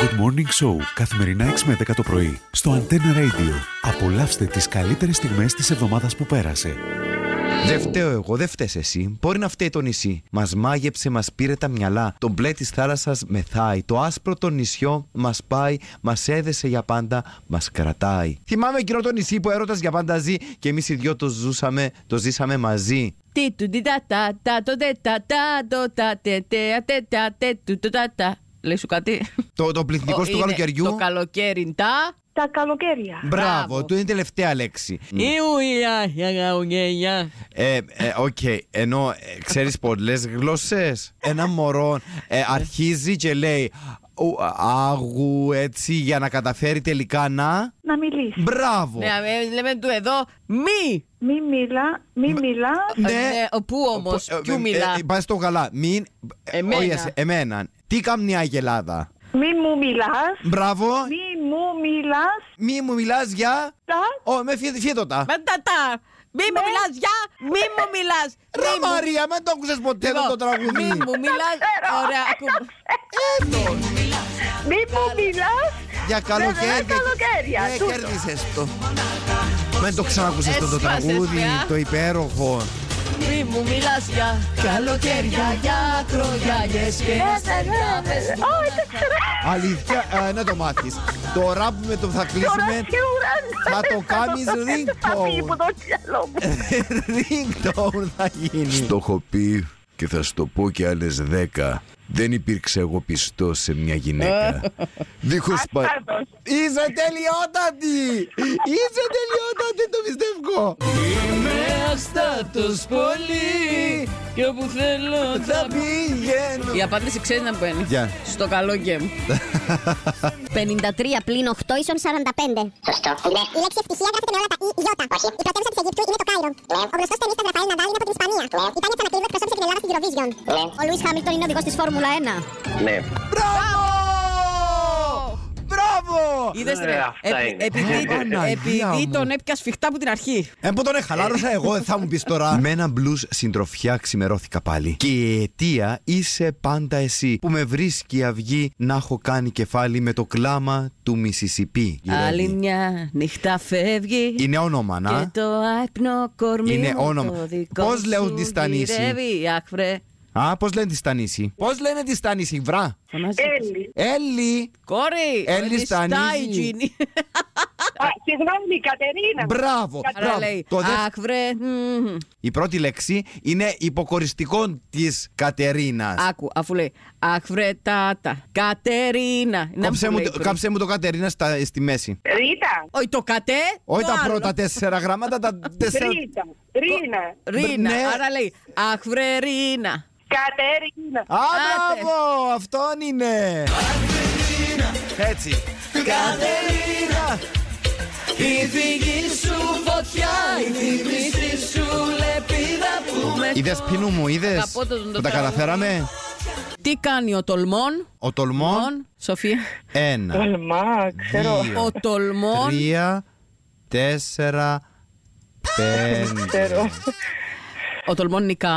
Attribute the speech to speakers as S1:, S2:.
S1: Good Morning Show καθημερινά 6 με 10 το πρωί στο Antenna Radio. Απολαύστε τις καλύτερες στιγμές της εβδομάδας που πέρασε.
S2: Δεν φταίω εγώ, δεν φταίει εσύ. Μπορεί να φταίει το νησί. Μας μάγεψε, μας πήρε τα μυαλά. Το μπλε της θάλασσας μεθάει. Το άσπρο το νησιό μας πάει, μας έδεσε για πάντα, μας κρατάει. Θυμάμαι εκείνο το νησί που έρωτας για πάντα ζει και εμείς οι δυο το ζούσαμε, το ζήσαμε μαζί.
S3: Τι του τι τα τα τα το τε τα τα το τα τε τε α, τε τα τε του το τα τα. Λέει σου κάτι.
S2: Το, το πληθυντικός
S3: Ο,
S2: του
S3: είναι
S2: καλοκαιριού.
S3: Το καλοκαίρι τα.
S4: Τα καλοκαίρια.
S2: Μπράβο,
S3: Μπράβο.
S2: του είναι η τελευταία λέξη.
S3: Ιουιλιά, για γαουνιέλια.
S2: Ε, ε, Οκ, ενώ ε, ξέρεις πολλές γλώσσες Ένα μωρό ε, αρχίζει και λέει «Ου, Άγου έτσι για να καταφέρει τελικά να
S4: Να μιλήσει.
S2: Μπράβο
S3: Ναι, ε, λέμε του εδώ μη.
S4: Μη μιλά, μη μιλά.
S3: Ε, ναι, ο πού όμως,
S2: Ε, ε,
S3: ποιου
S2: ε,
S3: μιλά.
S2: ε, Πάει στο καλά Μην ε,
S3: Εμένα.
S2: όχι, εσύ, Εμένα Τι κάνει η Αγελάδα
S4: Μη μου μιλάς.
S2: Μπράβο
S4: Μη μου μιλάς.
S2: Μη μου μιλάς για
S4: Τα.
S2: Ω με φι- φίδωτα
S3: Μα τα τα. Μη μου μιλάς, για, μη μου μιλάς. μη
S2: ε, Ρε
S3: μου-
S2: Μαρία, μην το ακούσες ποτέ
S3: Λοιπόν,
S2: εδώ το τραγούδι
S3: Μη μου μιλάς. Ωραία, ακούμε.
S4: Μη μου μιλάς.
S2: Για καλοκαίρια.
S4: Βέβαια, καλοκαίρια,
S2: Ε,
S4: τούτο.
S2: κέρδισες το. Μεν το ξανακούσες το, το
S3: Έσπασες,
S2: τραγούδι,
S3: πια.
S2: το υπέροχο.
S3: Μη μου μιλάς για καλοκαίρια, για κρογιάγες και αστεριάδες.
S4: Ω, δεν ξέρω.
S2: Αλήθεια, ε, να το μάθεις. Το ραπ με το που θα
S4: Τώρα
S2: κλείσουμε.
S4: σίγουρα.
S2: θα το κάνεις
S4: Θα φύγει
S2: ringtone.
S4: από το μυαλό μου.
S2: Ringtone θα γίνει.
S5: Στο έχω πει και θα στο πω και άλλες δέκα. Δεν υπήρξα εγώ πιστός σε μια γυναίκα. Δίχως πα...
S4: Άσταρτος.
S2: Είσαι τελειότατη! Είσαι τελειότατη, το πιστεύω!
S3: Είμαι αστάτος πολύ και όπου θέλω
S2: Θα
S3: θα πηγαίνω.
S2: πηγαίνω.
S3: Η απάντηση ξέρει να μπαίνει.
S2: Γεια.
S3: Στο καλό γκέμ.
S6: 53 πλην 8 ίσον 45.
S7: Σωστό. Ναι.
S8: Η λέξη ευτυχία γράφεται με όλα τα «η» «η» ιώτα.
S7: Όχι.
S8: Η πρωτεύουσα της Αιγύπτου είναι το Κάιρο. Ο γνωστός ταινίστας Ραφαέλ Ναδάλ είναι από την Ισπανία.
S7: Ναι.
S8: Η Τάνια Τσανακίδου εκπροσώπησε την Ελλάδα στην Eurovision.
S7: Ναι.
S6: Ο Λουίς Χάμιλτον είναι οδηγός της Φόρμουλα 1.
S7: Ναι.
S2: Μπράβο! Μπράβο!
S3: Είδε
S7: Ε, αυτά είναι.
S2: Παναγία
S3: Επειδή
S2: μου.
S3: τον έπιασε σφιχτά από την αρχή.
S2: Ε, που τον εχαλάρωσα εγώ, δεν θα μου πεις τώρα. Με ένα μπλουζ συντροφιά ξημερώθηκα πάλι. Και η αιτία είσαι πάντα εσύ που με βρίσκει η αυγή να έχω κάνει κεφάλι με το κλάμα του Μισισιπί.
S3: Άλλη μια νύχτα φεύγει.
S2: Είναι όνομα,
S3: Και
S2: να.
S3: το άπνο κορμί
S2: Είναι
S3: μου
S2: όνομα.
S3: το δικό
S2: Πώς λέω
S3: σου
S2: τη Στανίση?
S3: γυρεύει, αχ, βρε.
S2: Α, πώς λένε τη Στανίση. Πώς λένε τη Στανίση, βρά.
S3: Φωνάζει.
S7: Ε.
S4: Έλλη.
S2: Έλλη.
S3: Κόρη!
S2: Έλλη Στανίση.
S3: Στάιτζινη.
S4: Α, Συγγνώμη, Κατερίνα.
S2: Μπράβο.
S4: Κατερίνα.
S2: μπράβο.
S3: Άρα Ναι. λέει,
S2: Το δε-
S3: αχ, βρε. μμμ.
S2: Η πρώτη λέξη είναι υποκοριστικό της Κατερίνας.
S3: Άκου, αφού λέει, αχ, βρε, τάτα. Κατερίνα. Να
S2: Κάψε,
S3: μου
S2: μου
S3: λέει
S2: το-
S3: πρώτα.
S2: κάψε μου το Κατερίνα στα- στη μέση.
S4: Ρίτα.
S3: Όχι το κατέ,
S2: Όχι
S3: το
S2: τα
S3: άλλο.
S2: πρώτα τέσσερα γράμματα, τα τέσσερα.
S4: Ρίτα. Ρίνα.
S3: Ρίνα.
S2: Ναι.
S3: Άρα λέει, αχ, βρε, Ρίνα.
S4: Κατερίνα.
S2: Α,
S3: Άντε.
S2: μπράβο, αυτόν είναι. Έτσι. Κατερίνα.
S3: Η δική σου φωτιά, η θύμηση σου λεπίδα που με
S2: Είδες πίνου μου, είδες.
S3: Αγαπώ το- το
S2: Τα
S3: τραγούδι.
S2: καταφέραμε.
S3: Τι κάνει ο τολμών,
S2: Ο τολμών.
S3: Τολμών, Σοφία,
S2: Ένα.
S4: Τολμά, ξέρω.
S2: Δύο.
S3: ο τολμών,
S2: Τρία. Τέσσερα. Πέντε.
S4: ξέρω.
S3: ο τολμών νικά.